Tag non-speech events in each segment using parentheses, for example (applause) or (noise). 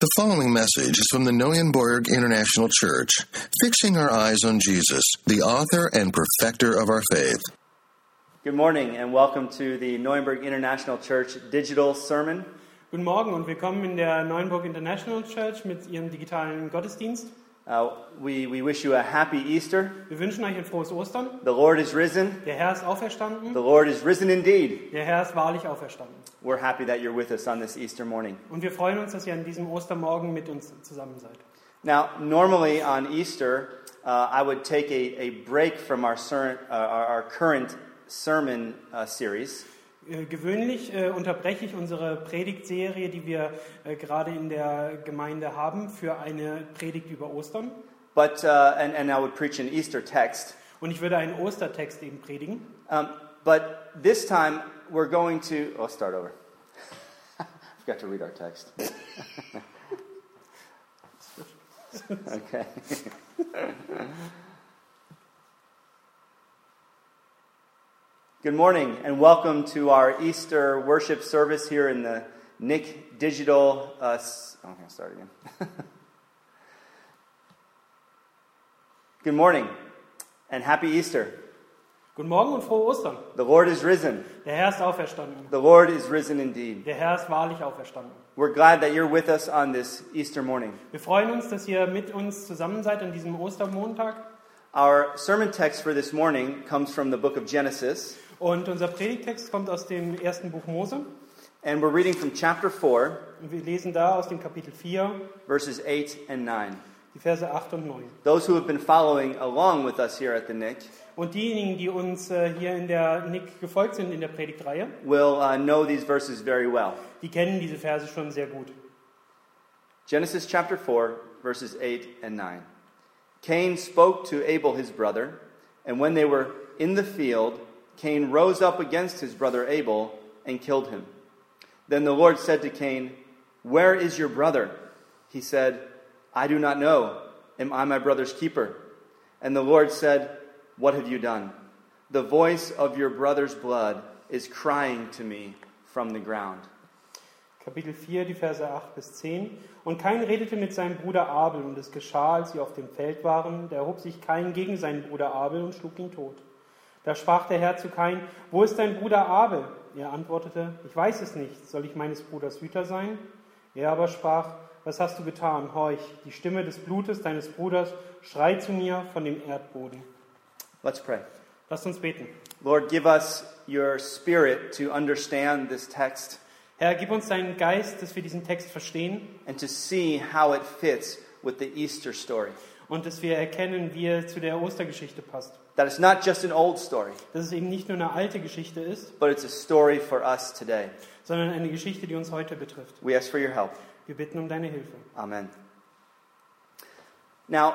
The following message is from the Neuenborg International Church, fixing our eyes on Jesus, the author and perfecter of our faith. Good morning and welcome to the Neuenberg International Church digital sermon. Guten Morgen und willkommen in der Neuenburg International Church mit ihrem digitalen Gottesdienst. Uh, we, we wish you a happy Easter. Wir wünschen euch ein frohes Ostern. The Lord is risen. Der Herr ist auferstanden. The Lord is risen indeed. Der Herr ist wahrlich auferstanden. We're happy that you're with us on this Easter morning. Und wir freuen uns, dass ihr an diesem Ostermorgen mit uns zusammen seid. Now, normally on Easter, uh, I would take a, a break from our, ser- uh, our, our current sermon uh, series Äh, gewöhnlich äh, unterbreche ich unsere Predigtserie, die wir äh, gerade in der Gemeinde haben, für eine Predigt über Ostern. but, uh, and, and I would preach an Easter text. Und ich würde einen Ostertext eben predigen. Um, but this time, we're going to. I'll start over. (laughs) I forgot to read our text. okay. Good morning, and welcome to our Easter worship service here in the Nick Digital. Uh, s- oh, I'm going to start again. (laughs) Good morning, and happy Easter. Guten Morgen und frohe Ostern. The Lord is risen. Der Herr ist auferstanden. The Lord is risen indeed. Der Herr ist wahrlich auferstanden. We're glad that you're with us on this Easter morning. Wir freuen uns, dass ihr mit uns zusammen seid an diesem Ostermontag. Our sermon text for this morning comes from the book of Genesis, Und unser Predigtext kommt aus dem ersten Buch Mose. and we're reading from chapter 4, Und wir lesen da aus dem Kapitel 4 verses 8 and 9. die Verse 8 und 9. Those who have been following along with us here at the Nick Und diejenigen, die uns äh, hier in der Nick gefolgt sind in der Predigtreihe, will uh, know these verses very well. die kennen diese Verse schon sehr gut. Genesis chapter 4, verses 8 and 9. Cain spoke to Abel his brother, and when they were in the field, Cain rose up against his brother Abel and killed him. Then the Lord said to Cain, Where is your brother? He said, I do not know. Am I my brother's keeper? And the Lord said, What have you done? The voice of your brother's blood is crying to me from the ground. Kapitel 4, die Verse 8 bis 10. Und Kain redete mit seinem Bruder Abel, und es geschah, als sie auf dem Feld waren, da erhob sich Kain gegen seinen Bruder Abel und schlug ihn tot. Da sprach der Herr zu Kain, wo ist dein Bruder Abel? Er antwortete, ich weiß es nicht, soll ich meines Bruders Hüter sein? Er aber sprach, was hast du getan? Horch, die Stimme des Blutes deines Bruders schreit zu mir von dem Erdboden. Let's pray. Lasst uns beten. Lord, give us your spirit to understand this text Herr, gib uns deinen Geist, dass wir diesen Text verstehen and to see how it fits with the Easter story. und dass wir erkennen, wie er zu der Ostergeschichte passt. That it's not just an old story, dass es eben nicht nur eine alte Geschichte ist, but it's a story for us today. sondern eine Geschichte, die uns heute betrifft. We ask for your help. Wir bitten um deine Hilfe. Amen. Now,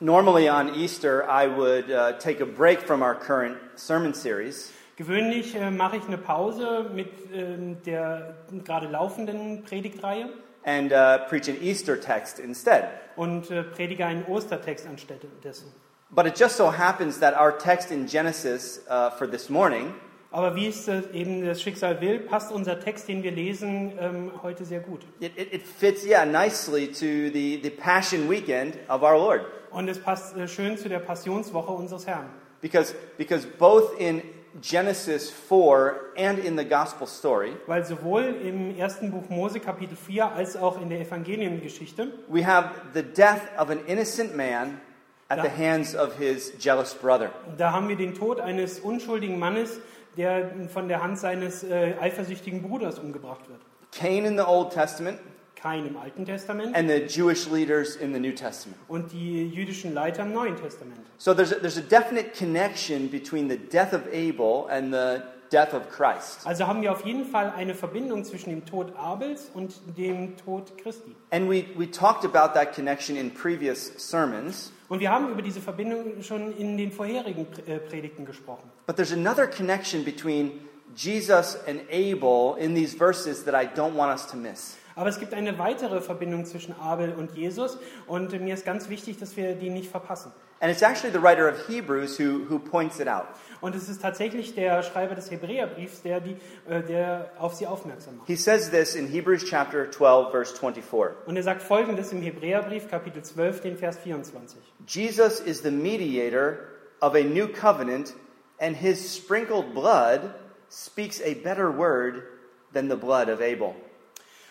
normally on Easter, I would uh, take a break from our current sermon series Gewöhnlich äh, mache ich eine Pause mit ähm, der gerade laufenden Predigtreihe and uh, preach an Easter text instead. und äh, predige einen Ostertext anstelle dessen. But it just so happens that our text in Genesis uh, for this morning Aber wie es äh, eben das Schicksal will, passt unser Text, den wir lesen, ähm, heute sehr gut. It, it, it fits, yeah, nicely to the, the Passion Weekend of our Lord. Und es passt äh, schön zu der Passionswoche unseres Herrn. Because, because both in Genesis 4 and in the Gospel story, Weil sowohl im ersten Buch Mose Kapitel 4 als auch in der Evangeliengeschichte we have the death of an innocent man at the hands of his jealous brother. Da haben wir den Tod eines unschuldigen Mannes, der von der Hand seines äh, eifersüchtigen Bruders umgebracht wird. Cain in the Old Testament Kein im Alten Testament and the Jewish leaders in the New Testament. und die jüdischen Leiter im Neuen Testament. So there's a, there's a definite connection between the death of Abel and the death of Christ. Also haben wir auf jeden Fall eine Verbindung zwischen dem Tod Abels und dem Tod Christi. And we, we talked about that connection in previous sermons. Und wir haben über diese Verbindung schon in den vorherigen Pr- äh, Predigten gesprochen. But there's another connection between Jesus and Abel in these verses that I don't want us to miss. Aber es gibt eine weitere Verbindung zwischen Abel und Jesus und mir ist ganz wichtig, dass wir die nicht verpassen. And it's actually the writer of Hebrews who, who points it out. Und es ist tatsächlich der Schreiber des Hebräerbriefs, der, die, äh, der auf sie aufmerksam macht. He says this in Hebrews chapter 12, verse 24. Und er sagt folgendes im Hebräerbrief, Kapitel 12, den Vers 24. Jesus is the mediator of a new covenant, and his sprinkled blood speaks a better word than the blood of Abel.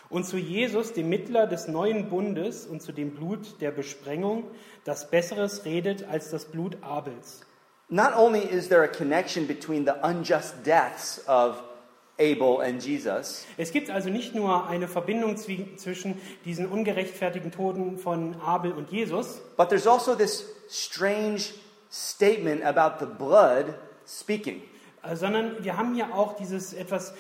Und zu Jesus, dem Mittler des neuen Bundes und zu dem Blut der Besprengung, das Besseres redet als das Blut Abels. Not only is there a connection between the unjust deaths of Abel and Jesus, Es gibt also nicht nur eine Verbindung zwi- zwischen diesen ungerechtfertigten Toten von Abel und Jesus, but there's also this strange statement about the blood speaking. äh, sondern wir haben hier auch dieses etwas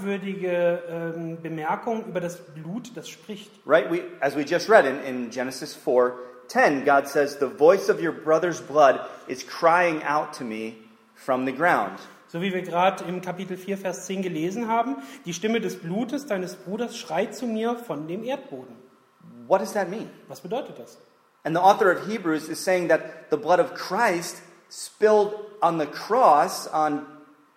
merkwürdige ähm, Bemerkung über das Blut, das spricht. Right? We, as we just read in, in Genesis 4 10, God says, The voice of your brother's blood is crying out to me from the ground. So wie wir gerade im Kapitel 4, Vers 10 gelesen haben, die Stimme des Blutes deines Bruders schreit zu mir von dem Erdboden. What does that mean? Was bedeutet das? And the author of Hebrews is saying that the blood of Christ spilled on the cross on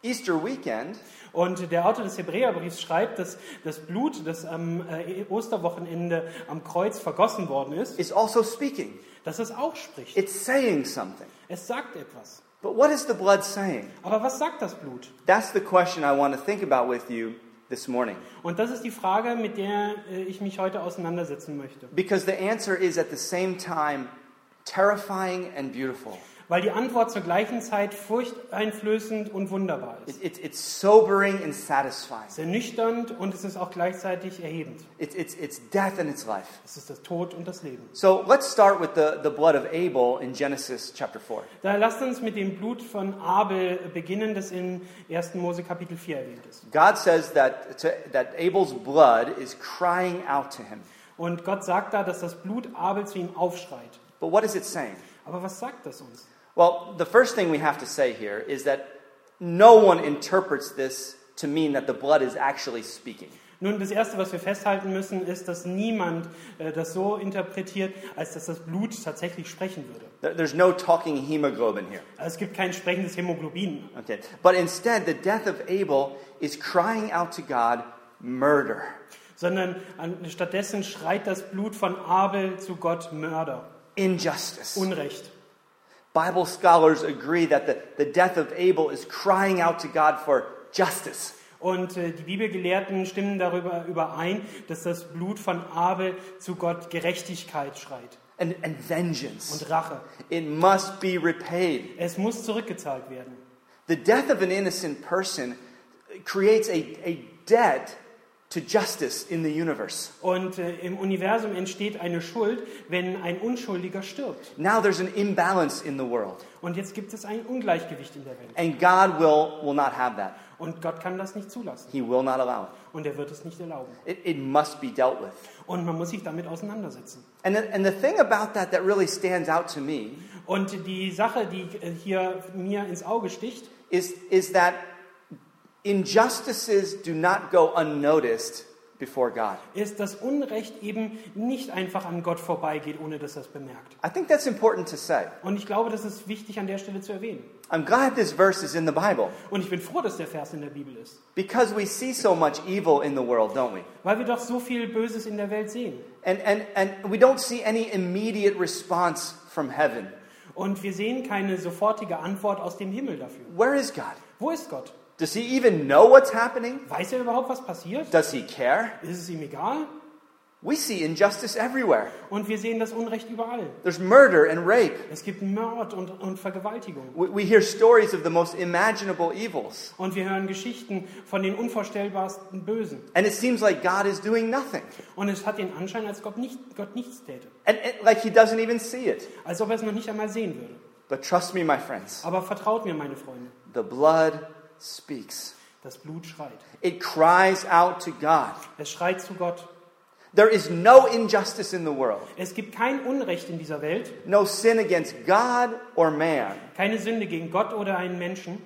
Easter weekend Und der Autor des Hebräerbriefs schreibt, dass das Blut, das am äh, Osterwochenende am Kreuz vergossen worden ist, is also speaking. dass es auch spricht. It's saying something. Es sagt etwas. But what is the blood saying? Aber was sagt das Blut? That's the question I want to think about with you this morning. Und das ist die Frage, mit der äh, ich mich heute auseinandersetzen möchte. Because the answer is at the same time terrifying and beautiful. Weil die Antwort zur gleichen Zeit furchteinflößend und wunderbar It, ist. it, it's sobering and satisfying. Es ist ernüchternd und es ist auch gleichzeitig erhebend. It's, it's, it's death and it's life. Es ist das Tod und das Leben. So let's start with the, the blood of Abel in Genesis chapter 4. Da lasst uns mit dem Blut von Abel beginnen, das in 1. Mose Kapitel 4 erwähnt ist. God says that, to, that Abel's blood is crying out to him. Und Gott sagt da, dass das Blut Abel zu ihm aufschreit. But what is it saying? Aber was sagt das uns? Well, the first thing we have to say here is that no one interprets this to mean that the blood is actually speaking. Nun, das Erste, was wir festhalten müssen, ist, dass niemand äh, das so interpretiert, als dass das Blut tatsächlich sprechen würde. Also There- There's no talking hemoglobin here. Es gibt kein sprechendes Hämoglobin. Okay. But instead, the death of Abel is crying out to God murder, sondern an, stattdessen schreit das Blut von Abel zu Gott Mörder, injustice. Unrecht. Bible scholars agree that the, the death of Abel is crying out to God for justice. Und äh, die Bibelgelehrten stimmen darüber überein, dass das Blut von Abel zu Gott Gerechtigkeit schreit And, and vengeance. und Rache. It must be repaid. Es muss zurückgezahlt werden. The death of an innocent person creates a, a debt to justice in the universe. Und äh, im Universum entsteht eine Schuld, wenn ein Unschuldiger stirbt. Now there's an imbalance in the world, Und jetzt gibt es ein Ungleichgewicht in der Welt. and God will, will not have that. Und Gott kann das nicht zulassen. He will not allow it. Und er wird es nicht erlauben. It, it must be dealt with. Und man muss sich damit auseinandersetzen. And the, and the thing about that that really stands out to me Und die Sache, die äh, hier mir ins Auge sticht, is, is that injustices do not go unnoticed before God. ist, dass Unrecht eben nicht einfach an Gott vorbeigeht, ohne dass er es bemerkt. I think that's important to say. Und ich glaube, das ist wichtig an der Stelle zu erwähnen. I'm glad this verse is in the Bible Und ich bin froh, dass der Vers in der Bibel ist, because we see so much evil in the world, don't we? weil wir doch so viel Böses in der Welt sehen. And, and, and we don't see any immediate response from heaven. Und wir sehen keine sofortige Antwort aus dem Himmel dafür. Where is God? Wo ist Gott? Does he even know what's happening? Weiß er überhaupt, was passiert? Does he care? Ist es ihm egal? We see injustice everywhere. Und wir sehen das Unrecht überall. There's murder and rape. Es gibt Mord und, und Vergewaltigung. We, we hear stories of the most imaginable evils. Und wir hören Geschichten von den unvorstellbarsten Bösen. And it seems like God is doing nothing. Und es hat den Anschein, als Gott, nicht, Gott nichts täte. And, and like he doesn't even see it. Als ob er es noch nicht einmal sehen würde. But trust me, my friends, Aber vertraut mir, meine Freunde, the blood speaks. das Blut schreit. It cries out to God. Es schreit zu Gott. There is no injustice in the world, Es gibt kein Unrecht in dieser Welt, no sin against God or man keine Sünde gegen Gott oder einen Menschen,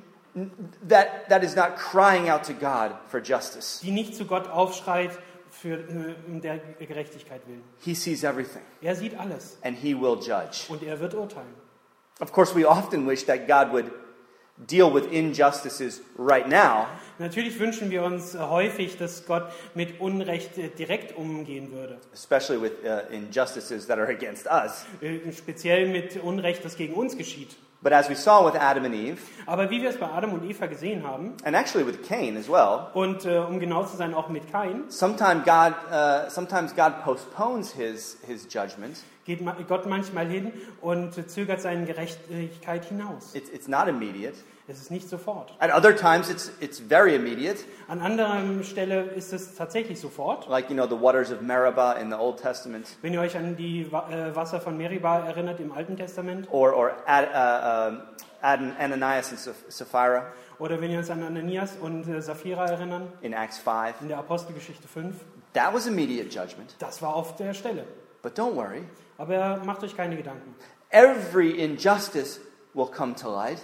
that, that is not crying out to God for justice. die nicht zu Gott aufschreit für, äh, um der Gerechtigkeit willen. He sees everything Er sieht alles and he will judge. und er wird urteilen. Of course, we often wish that God would deal with injustices right now, Natürlich wünschen wir uns äh, häufig, dass Gott mit Unrecht äh, direkt umgehen würde. especially with uh, injustices that are (laughs) against us. Äh, Speziell mit Unrecht, das gegen uns geschieht. But as we saw with Adam and Eve, Aber wie wir es bei Adam und Eva gesehen haben, and actually with Cain as well, und äh, um genau zu sein, auch mit Kain, sometime God, uh, sometimes God postpones his, his judgment. geht ma- Gott manchmal hin und äh, zögert seine Gerechtigkeit hinaus. It's, it's not immediate. Es ist nicht sofort. At other times, it's, it's very immediate, An anderer Stelle ist es tatsächlich sofort. like, you know, the waters of Meribah in the Old Testament, Wenn ihr euch an die Wa- äh, Wasser von Meribah erinnert im Alten Testament or, or Ad, uh, um, Ad- Ananias and Saph- Sapphira oder wenn ihr uns an Ananias und äh, Sapphira erinnern in Acts 5. in der Apostelgeschichte 5, That was immediate judgment. das war auf der Stelle. But don't worry, Aber macht euch keine Gedanken. every injustice will come to light,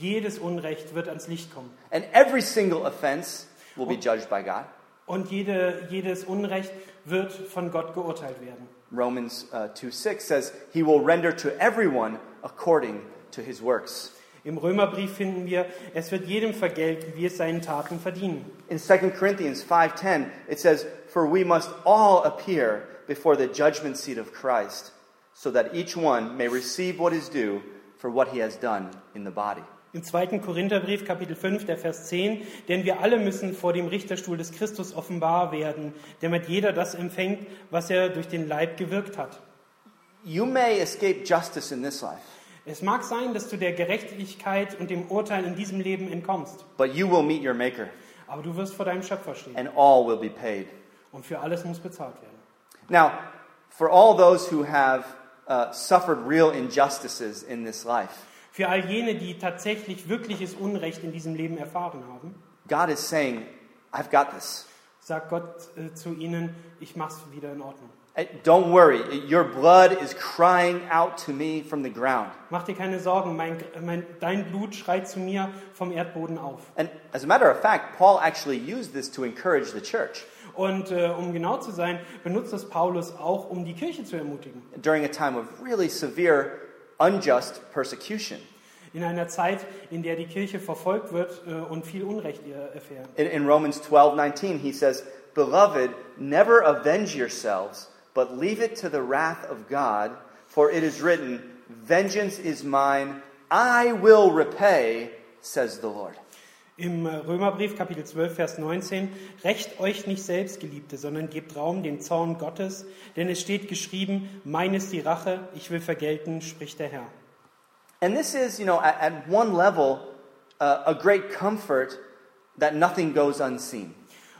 Jedes Unrecht wird ans Licht kommen. and every single offense will be judged by God. Und jede, jedes Unrecht wird von Gott geurteilt werden. Romans uh, 2 6 says, He will render to everyone according to his works. Im Römerbrief finden wir, es wird jedem vergelten, wie es seinen Taten verdienen. In 2 Corinthians 5:10, it says, "For we must all appear before the judgment seat of Christ, so that each one may receive what is due for what he has done in the body." Im 2. Korintherbrief, Kapitel 5, der Vers 10, denn wir alle müssen vor dem Richterstuhl des Christus offenbar werden, damit jeder das empfängt, was er durch den Leib gewirkt hat. You may escape justice in this life, Es mag sein, dass du der Gerechtigkeit und dem Urteil in diesem Leben entkommst, but you will meet your maker, aber du wirst vor deinem Schöpfer stehen and all will be paid. und für alles muss bezahlt werden. Now, for all those who have uh, suffered real injustices in this life, Für all jene, die tatsächlich wirkliches Unrecht in diesem Leben erfahren haben, God is saying, "I've got this." sagt Gott äh, zu ihnen, ich mach's wieder in Ordnung. Eh, Don't worry, your blood is crying out to me from the ground. Mach dir keine Sorgen, mein, mein, dein Blut schreit zu mir vom Erdboden auf. And as a matter of fact, Paul actually used this to encourage the church. Und äh, um genau zu sein, benutzt das Paulus auch, um die Kirche zu ermutigen. During a time of really severe, unjust persecution. In einer Zeit, in der die Kirche verfolgt wird äh, und viel Unrecht ihr erfährt. In, in Romans 12 19, he says, Beloved, never avenge yourselves, but leave it to the wrath of God, for it is written, Vengeance is mine, I will repay, says the Lord. Im äh, Römerbrief Kapitel 12, Vers 19, Recht euch nicht selbst, Geliebte, sondern gebt Raum dem Zorn Gottes, denn es steht geschrieben, mein ist die Rache, ich will vergelten, spricht der Herr. And this is, you know, at, at one level, uh, a great comfort that nothing goes unseen.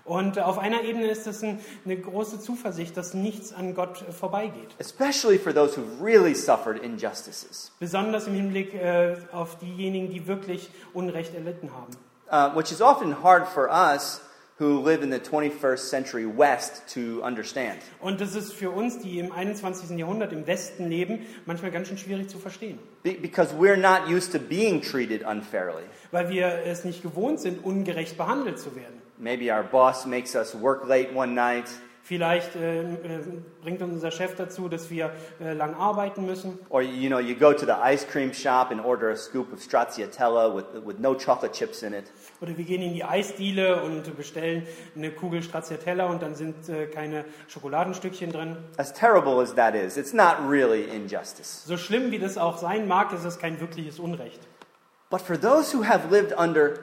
Und äh, auf einer Ebene ist es ein, eine große Zuversicht, dass nichts an Gott äh, vorbeigeht. especially for those who've really suffered injustices, Besonders im Hinblick äh, auf diejenigen, die wirklich Unrecht erlitten haben. uh, which is often hard for us who live in the 21st century West to understand. Und das ist für uns, die im 21. Jahrhundert im Westen leben, manchmal ganz schön schwierig zu verstehen, Be- because we're not used to being treated unfairly. weil wir es nicht gewohnt sind, ungerecht behandelt zu werden. Maybe our boss makes us work late one night, Vielleicht äh, äh, bringt uns unser Chef dazu, dass wir äh, lang arbeiten müssen. or you know, you go to the ice cream shop and order a scoop of stracciatella with, with no chocolate chips in it. Oder wir gehen in die Eisdiele und bestellen eine Kugel Stracciatella und dann sind äh, keine Schokoladenstückchen drin. As terrible as that is, it's not really injustice. So schlimm wie das auch sein mag, ist es kein wirkliches Unrecht. But for those who have lived under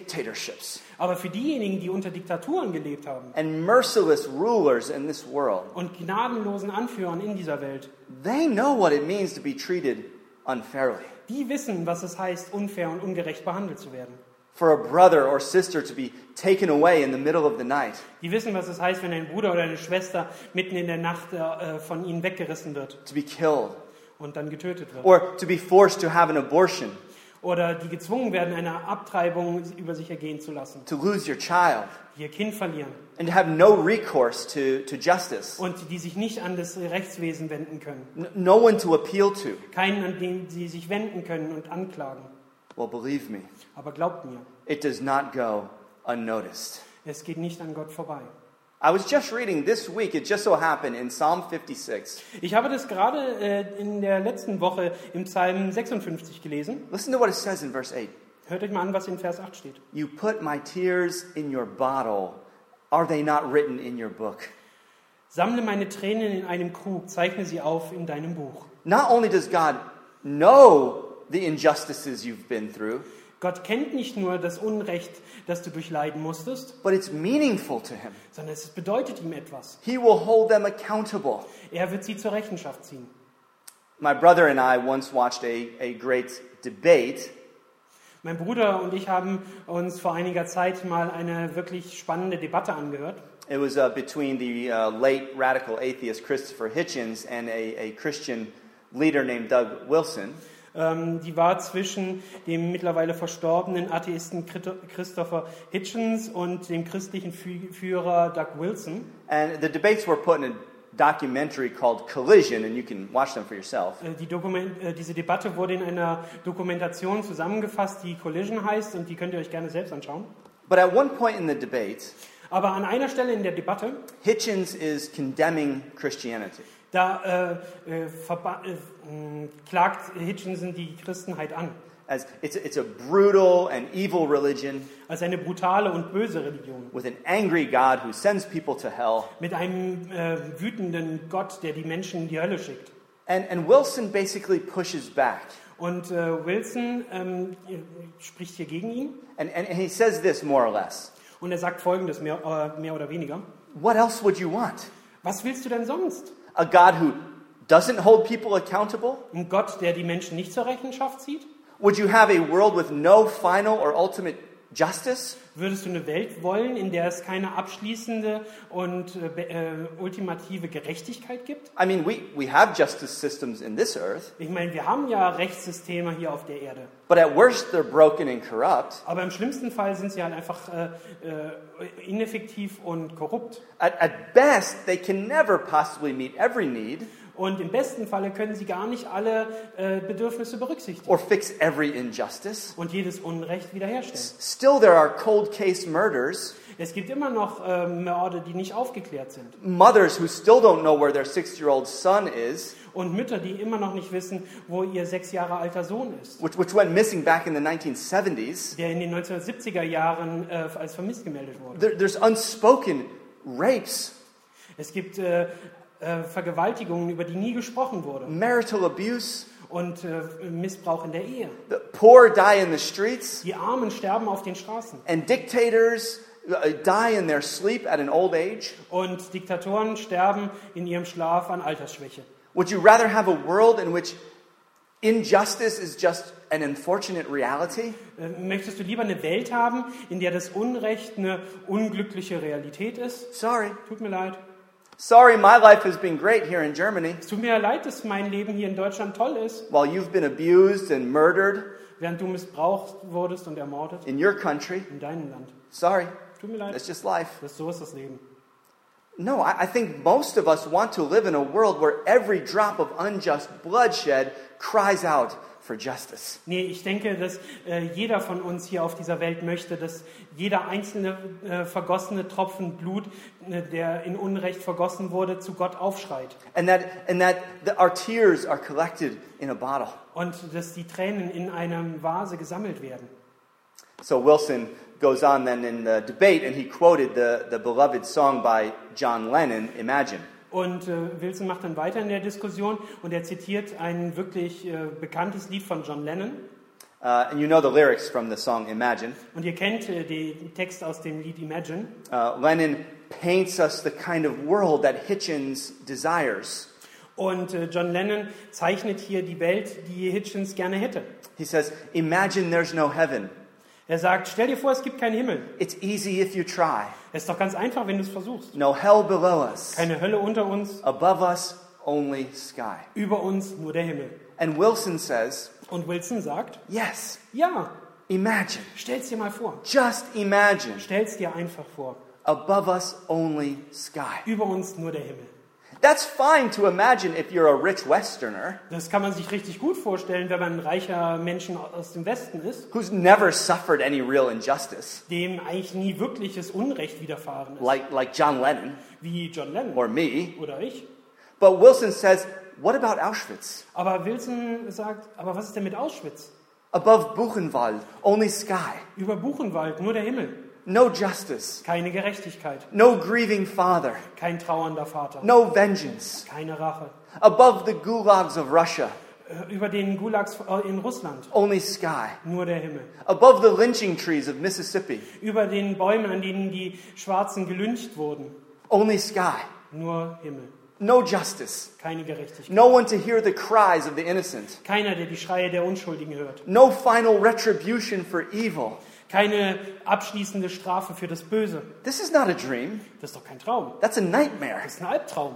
dictatorships Aber für diejenigen, die unter Diktaturen gelebt haben and merciless rulers in this world, und gnadenlosen Anführern in dieser Welt, They know what it means to be treated unfairly. Die wissen, was es heißt, unfair und ungerecht behandelt zu werden. For a brother or sister to be taken away in the middle of the night. Die wissen, was es heißt, wenn ein Bruder oder eine Schwester mitten in der Nacht äh, von ihnen weggerissen wird To be killed. und dann getötet wird. Or to be forced to have an abortion. Oder die gezwungen werden, eine Abtreibung über sich ergehen zu lassen, To lose your child. die ihr Kind verlieren And to have no recourse to, to justice. und die sich nicht an das Rechtswesen wenden können. N- no one to appeal to. Keinen, an den sie sich wenden können und anklagen. Well, believe me, Aber glaubt mir, it does not go unnoticed. es geht nicht an Gott vorbei. I was just reading this week, it just so happened, in Psalm 56. Ich habe das gerade äh, in der letzten Woche im Psalm 56 gelesen. Listen to what it says in verse 8. Hört euch mal an, was in Vers 8 steht. You put my tears in your bottle. Are they not written in your book? Sammle meine Tränen in einem Krug, zeichne sie auf in deinem Buch. Not only does God know the injustices you've been through, Gott kennt nicht nur das Unrecht, das du durchleiden musstest, but it's meaningful to him. sondern es bedeutet ihm etwas. He will hold them accountable. Er wird sie zur Rechenschaft ziehen. My brother and I once watched a, a great debate Mein Bruder und ich haben uns vor einiger Zeit mal eine wirklich spannende Debatte angehört. It was uh, between the uh, late radical atheist Christopher Hitchens and a, a Christian leader named Doug Wilson. Ähm, die war zwischen dem mittlerweile verstorbenen Atheisten Christo- Christopher Hitchens und dem christlichen Fü- Führer Doug Wilson. And the debates were put in a documentary called Collision, and you can watch them for yourself. Äh, Die Dokument, äh, diese Debatte wurde in einer Dokumentation zusammengefasst, die Collision heißt, und die könnt ihr euch gerne selbst anschauen. But at one point in the debate, Aber an einer Stelle in der Debatte, Hitchens is condemning Christianity. da äh, äh, verba- äh, mh, klagt Hitchinson die Christenheit an, As it's, it's a brutal and evil religion als eine brutale und böse Religion. with an angry God who sends people to hell. Mit einem äh, wütenden Gott, der die Menschen in die Hölle schickt. And, and Wilson basically pushes back. Und äh, Wilson ähm, äh, spricht hier gegen ihn And, and, and he says this more or less und er sagt folgendes, mehr, äh, mehr oder weniger. What else would you want? Was willst du denn sonst? A God who doesn't hold people accountable? Ein Gott, der die Menschen nicht zur Rechenschaft zieht? Would you have a world with no final or ultimate justice? Würdest du eine Welt wollen, in der es keine abschließende und äh, be- äh, ultimative Gerechtigkeit gibt? I mean, we, we have justice systems in this earth, Ich meine, wir haben ja Rechtssysteme hier auf der Erde. but at worst they're broken and corrupt. Aber im schlimmsten Fall sind sie halt einfach äh, äh, ineffektiv und korrupt. At, at best, they can never possibly meet every need Und im besten Falle können sie gar nicht alle äh, Bedürfnisse berücksichtigen or fix every injustice. und jedes Unrecht wiederherstellen. Still, there are cold case murders, Es gibt immer noch äh, Morde, die nicht aufgeklärt sind. mothers who still don't know where their six year old son is, Und Mütter, die immer noch nicht wissen, wo ihr sechs Jahre alter Sohn ist, which, which went missing back in the 1970s. der in den 1970er Jahren äh, als vermisst gemeldet wurde. There, there's unspoken rapes, Es gibt äh, äh, Vergewaltigungen, über die nie gesprochen wurde. marital abuse. Und äh, Missbrauch in der Ehe. The poor die in the streets, Die Armen sterben auf den Straßen. and dictators uh, die in their sleep at an old age. Und Diktatoren sterben in ihrem Schlaf an Altersschwäche. Would you rather have a world in which injustice is just an unfortunate reality? Äh, Möchtest du lieber eine Welt haben, in der das Unrecht eine unglückliche Realität ist? Sorry. Tut mir leid. Sorry, my life has been great here in Germany. Es tut mir ja leid, dass mein Leben hier in Deutschland toll ist, While you've been abused and murdered während du missbraucht wurdest und ermordet in your country. in deinem Land. Sorry. Tut mir leid. That's just life. Das, so ist das Leben. No, I, I think most of us want to live in a world where every drop of unjust bloodshed cries out for justice. Nee, ich denke, dass äh, jeder von uns hier auf dieser Welt möchte, dass jeder einzelne äh, vergossene Tropfen Blut, ne, der in Unrecht vergossen wurde, zu Gott aufschreit. And that, and that the, our tears are collected in a bottle. Und dass die Tränen in einer Vase gesammelt werden. So Wilson goes on then in the debate, and he quoted the, the beloved song by John Lennon, Imagine. Und äh, Wilson macht dann weiter in der Diskussion und er zitiert ein wirklich äh, bekanntes Lied von John Lennon. Uh, and you know the lyrics from the song Imagine. Und ihr kennt äh, den Text aus dem Lied Imagine. Uh, Lennon paints us the kind of world that Hitchens desires. Und äh, John Lennon zeichnet hier die Welt, die Hitchens gerne hätte. He says, Imagine there's no heaven. Er sagt, stell dir vor, es gibt keinen Himmel. It's easy if you try. Es ist doch ganz einfach, wenn du es versuchst. No hell below us. Keine Hölle unter uns, Above us, only sky. über uns nur der Himmel. And Wilson says, Und Wilson sagt, Yes, ja, imagine. stell's dir mal vor. Just imagine. Stell's dir einfach vor. Above us, only sky. Über uns nur der Himmel. That's fine to imagine if you're a rich Westerner Das kann man sich richtig gut vorstellen, wenn man ein reicher Mensch aus dem Westen ist, who's never suffered any real injustice, dem eigentlich nie wirkliches Unrecht widerfahren ist, like, like John Lennon wie John Lennon or me. oder ich. But Wilson says, what about Auschwitz? Aber Wilson sagt, aber was ist denn mit Auschwitz? Above Buchenwald, only sky. Über Buchenwald, nur der Himmel. No justice, Keine Gerechtigkeit, no grieving father, kein trauernder Vater, no vengeance. keine Rache. Above the gulags of Russia, Äh, Über den Gulags äh, in Russland, only sky. nur der Himmel. Above the lynching trees of Mississippi, Über den Bäumen, an denen die Schwarzen gelyncht wurden, only sky. nur Himmel. No justice, Keine Gerechtigkeit. no one to hear the cries of the innocent, Keiner, der die Schreie der Unschuldigen hört. no final retribution for evil. Keine abschließende Strafe für das Böse. This is not a dream, Das ist doch kein Traum. that's a nightmare. Das ist ein Albtraum.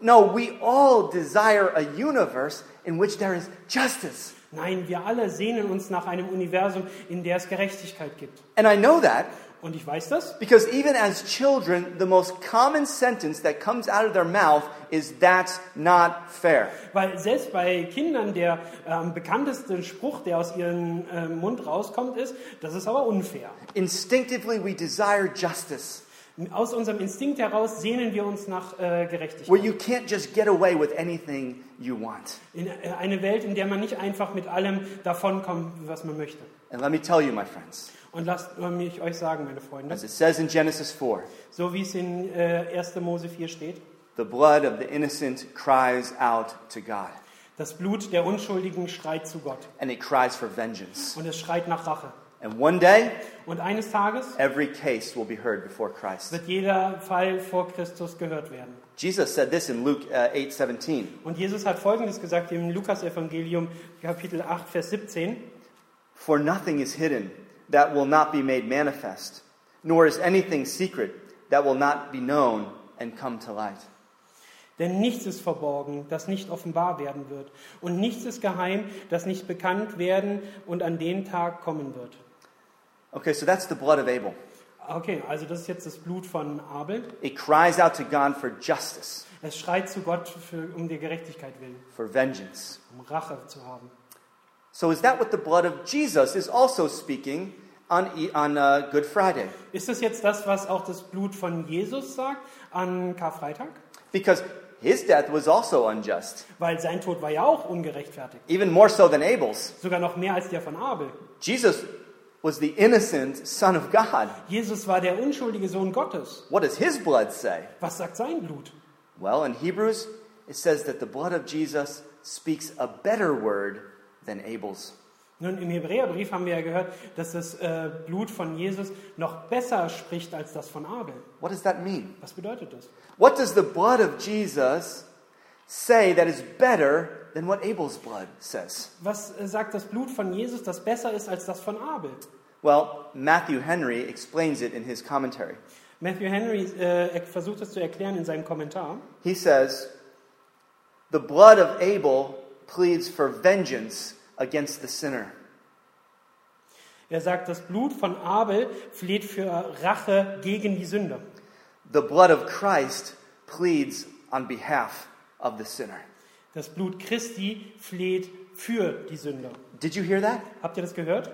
No, we all desire a universe in which there is justice. Nein, wir alle sehnen uns nach einem Universum, in der es Gerechtigkeit gibt. And I know that Und ich weiß das, Because even as children, the most common sentence that comes out of their mouth is, that's not fair. weil selbst bei Kindern der ähm, bekannteste Spruch, der aus ihrem ähm, Mund rauskommt, ist, das ist aber unfair. Instinctively, we desire justice, Aus unserem Instinkt heraus sehnen wir uns nach äh, where Gerechtigkeit. you can't just get away with anything you want. In äh, eine Welt, in der man nicht einfach mit allem davonkommt, was man möchte. And let me tell you, my friends, Und lasst äh, mich euch sagen, meine Freunde, as it says in Genesis 4, so wie es in äh, 1. Mose 4 steht, the blood of the innocent cries out to God, das Blut der Unschuldigen schreit zu Gott and it cries for vengeance. und es schreit nach Rache. And one day, Und eines Tages every case will be heard before Christ. wird jeder Fall vor Christus gehört werden. Jesus said this in Luke uh, 8 17. Und Jesus hat Folgendes gesagt im Lukasevangelium Kapitel 8, Vers 17. For nothing is hidden that will not be made manifest, nor is anything secret that will not be known and come to light. Denn nichts ist verborgen, das nicht offenbar werden wird. Und nichts ist geheim, das nicht bekannt werden und an dem Tag kommen wird. Okay, so that's the blood of Abel. Okay, also das ist jetzt das Blut von Abel. It cries out to God for justice, Es schreit zu Gott, für, um die Gerechtigkeit willen, for vengeance. um Rache zu haben. So is that what the blood of Jesus is also speaking on, E- on uh, Good Friday? Ist das jetzt das, was auch das Blut von Jesus sagt an Karfreitag? Because his death was also unjust, Weil sein Tod war ja auch ungerechtfertigt. even more so than Abel's. Sogar noch mehr als der von Abel. Jesus was the innocent Son of God. Jesus war der unschuldige Sohn Gottes. What does his blood say? Was sagt sein Blut? Well, in Hebrews, it says that the blood of Jesus speaks a better word than Abel's. Nun, im Hebräerbrief haben wir ja gehört, dass das äh, Blut von Jesus noch besser spricht als das von Abel. What does that mean? Was bedeutet das? What does the blood of Jesus say that is better than what Abel's blood says? Was äh, sagt das Blut von Jesus, das besser ist als das von Abel? Well, Matthew Henry explains it in his commentary. Matthew Henry äh, er- versucht es zu erklären in seinem Kommentar. He says, The blood of Abel pleads for vengeance against the sinner, Er sagt, das Blut von Abel fleht für Rache gegen die Sünde. the blood of Christ pleads on behalf of the sinner. Das Blut Christi fleht für die Sünde. Did you hear that? Habt ihr das gehört?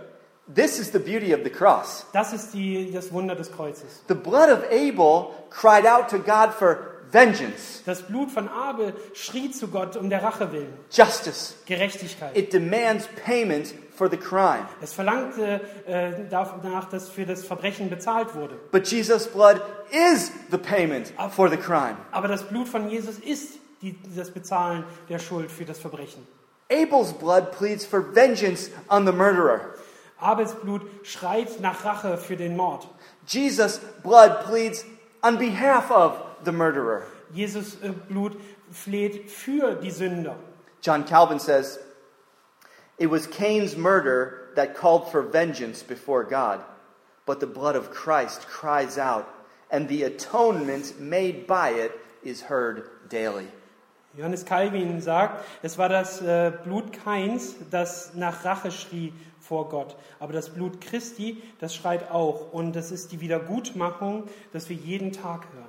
This is the beauty of the cross. Das ist die, das Wunder des Kreuzes. The blood of Abel cried out to God for vengeance, Das Blut von Abel schrie zu Gott um der Rache willen, justice. Gerechtigkeit. It demands payment for the crime. Es verlangte äh, danach, dass für das Verbrechen bezahlt wurde. But Jesus' blood is the payment for the crime. Aber das Blut von Jesus ist die, das Bezahlen der Schuld für das Verbrechen. Abel's blood pleads for vengeance on the murderer. Abels Blut schreit nach Rache für den Mord. Jesus' blood pleads on behalf of the murderer. Jesus äh, Blut fleht für die Sünder. John Calvin says, It was Cain's murder that called for vengeance before God, but the blood of Christ cries out, and the atonement made by it is heard daily. Johannes Calvin sagt, es war das äh, Blut Kains, das nach Rache schrie vor Gott. Aber das Blut Christi, das schreit auch. Und das ist die Wiedergutmachung, das wir jeden Tag hören.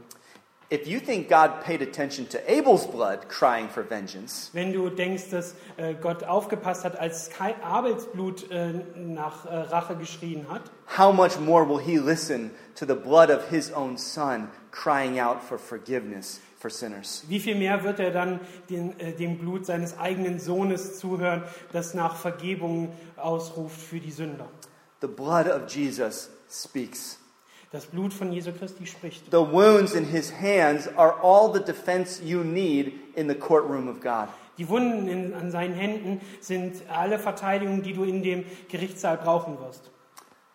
If you think God paid attention to Abel's blood crying for vengeance, Wenn du denkst, dass äh, Gott aufgepasst hat, als Kai Abels Blut äh, nach äh, Rache geschrien hat, how much more will he listen to the blood of his own son crying out for forgiveness for sinners? wie viel mehr wird er dann den, äh, dem Blut seines eigenen Sohnes zuhören, das nach Vergebung ausruft für die Sünder? The blood of Jesus speaks. Das Blut von Jesu Christi spricht. The wounds in his hands are all the defense you need in the courtroom of God. Die Wunden in, an seinen Händen sind alle Verteidigung, die du in dem Gerichtssaal brauchen wirst.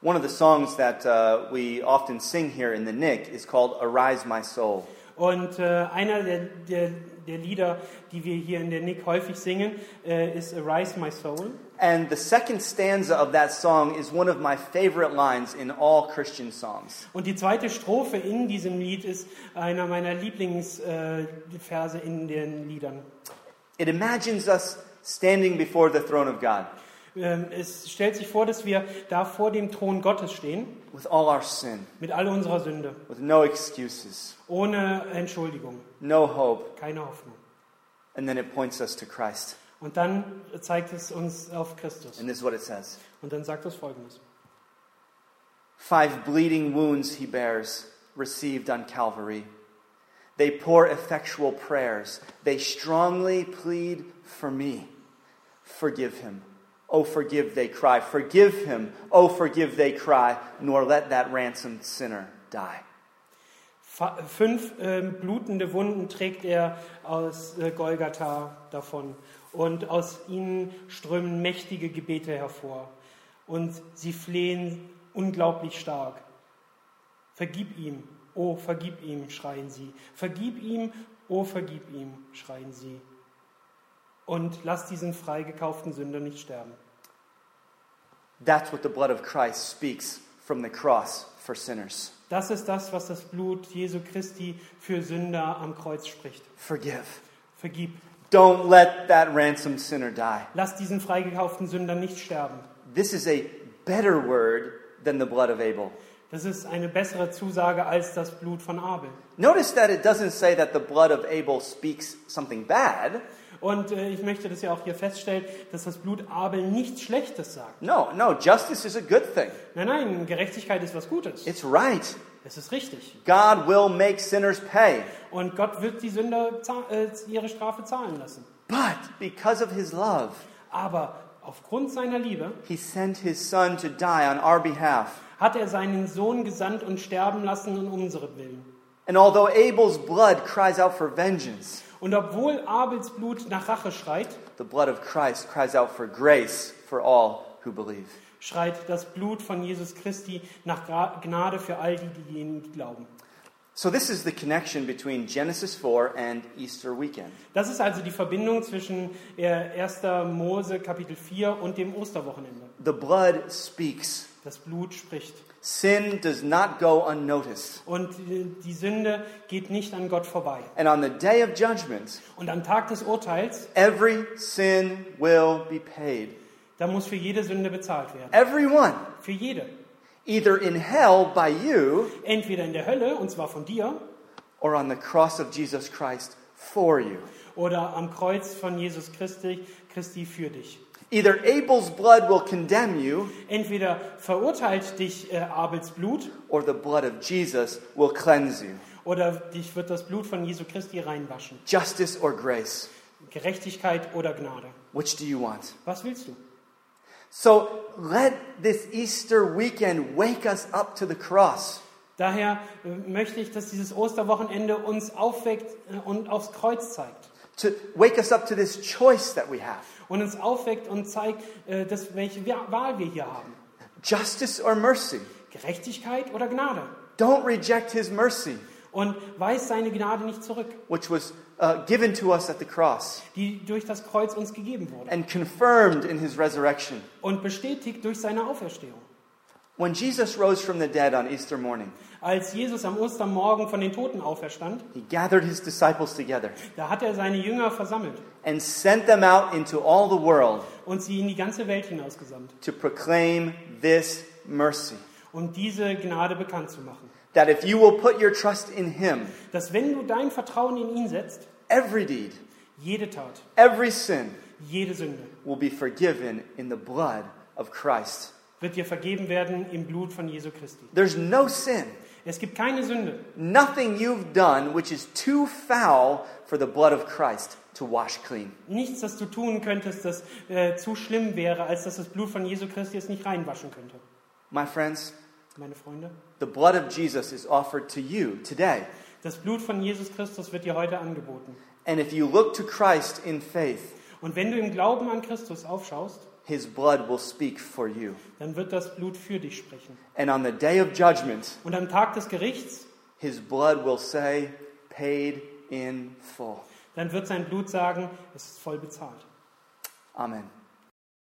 One of the songs that uh, we often sing here in the Nick is called Arise My Soul. Und äh, einer der, der, der Lieder, die wir hier in der Nick häufig singen, äh, ist Arise My Soul. And the second stanza of that song is one of my favorite lines in all Christian songs. Und die zweite Strophe in diesem Lied ist einer meiner Lieblingsverse äh, Verse in den Liedern. It imagines us standing before the throne of God Ähm, es stellt sich vor, dass wir da vor dem Thron Gottes stehen, with all our sin, mit all unserer Sünde, with no excuses, ohne Entschuldigung, no hope. keine Hoffnung. And then it points us to Christ. Und dann zeigt es uns auf Christus. And this is what it says Und dann sagt es folgendes. Five bleeding wounds he bears, received on Calvary. They pour effectual prayers. They strongly plead for me. Forgive him. Oh, forgive, they cry. Forgive him. Oh, forgive, they cry. Nor let that ransomed sinner die. Fa- Fünf ähm, blutende Wunden trägt er aus äh, Golgatha davon und aus ihnen strömen mächtige Gebete hervor und sie flehen unglaublich stark. Vergib ihm, oh vergib ihm, schreien sie. Vergib ihm, oh vergib ihm, schreien sie. Und lass diesen freigekauften Sünder nicht sterben. That's what the blood of Christ speaks from the cross for sinners. Das ist das, was das Blut Jesu Christi für Sünder am Kreuz spricht. Forgive. Vergib. Don't let that ransomed sinner die. Lass diesen freigekauften Sünder nicht sterben. This is a better word than the blood of Abel. Das ist eine bessere Zusage als das Blut von Abel. Notice that it doesn't say that the blood of Abel speaks something bad. Und äh, ich möchte, dass ihr auch hier feststellt, dass das Blut Abel nichts Schlechtes sagt. No, no, justice is a good thing. Nein, nein, Gerechtigkeit ist was Gutes. It's right. Es ist richtig. God will make sinners pay. Und Gott wird die Sünder za- äh, ihre Strafe zahlen lassen. But because of his love, Aber aufgrund seiner Liebe he sent his son to die on our behalf. hat er seinen Sohn gesandt und sterben lassen um unseren Willen. And although Abel's blood cries out for vengeance, Und obwohl Abels Blut nach Rache schreit, the blood of Christ cries out for grace for all who believe. schreit das Blut von Jesus Christi nach Gra- Gnade für all die, diejenigen, die glauben. So, this is the connection between Genesis 4 and Easter weekend. Das ist also die Verbindung zwischen äh, 1. Mose Kapitel 4 und dem Osterwochenende. The blood speaks, Das Blut spricht. sin does not go unnoticed. Und äh, die Sünde geht nicht an Gott vorbei. And on the day of judgment, Und am Tag des Urteils, every sin will be paid. da muss für jede Sünde bezahlt werden. Everyone, Für jede. either in hell by you Entweder in der Hölle, und zwar von dir, or on the cross of Jesus Christ for you. oder am Kreuz von Jesus Christi, Christi für dich. Either Abel's blood will condemn you Entweder verurteilt dich äh, Abels Blut, or the blood of Jesus will cleanse you. oder dich wird das Blut von Jesu Christi reinwaschen. Justice or grace, Gerechtigkeit oder Gnade. which do you want? Was willst du? So let this Easter weekend wake us up to the cross. Daher äh, möchte ich, dass dieses Osterwochenende uns aufweckt äh, und aufs Kreuz zeigt. To wake us up to this choice that we have Und uns aufweckt und zeigt, äh, dass welche Wa- Wahl wir hier haben. justice or mercy. Gerechtigkeit oder Gnade. Don't reject his mercy. Und weist seine Gnade nicht zurück, which was uh, given to us at the cross die durch das Kreuz uns gegeben wurde. and confirmed in his resurrection. Und bestätigt durch seine Auferstehung. When Jesus rose from the dead on Easter morning, Als Jesus am Ostermorgen von den Toten auferstand, he gathered his disciples together da hat er seine Jünger versammelt and sent them out into all the world und sie in die ganze Welt hinausgesandt, to proclaim this mercy um diese Gnade bekannt zu machen. that if you will put your trust in him, dass wenn du dein Vertrauen in ihn setzt, every deed, jede Tat, every sin jede Sünde will be forgiven in the blood of Christ. wird dir vergeben werden im Blut von Jesu Christi. There's no sin, Es gibt keine Sünde, nothing you've done which is too foul for the blood of Christ to wash clean. nichts, das du tun könntest, das äh, zu schlimm wäre, als dass das Blut von Jesu Christi es nicht reinwaschen könnte. My friends, Meine Freunde, the blood of Jesus is offered to you today. das Blut von Jesus Christus wird dir heute angeboten. And if you look to Christ in faith, Und wenn du im Glauben an Christus aufschaust, his blood will speak for you. dann wird das Blut für dich sprechen. And on the day of judgment, Und am Tag des Gerichts, his blood will say, paid in full. dann wird sein Blut sagen, es ist voll bezahlt. Amen.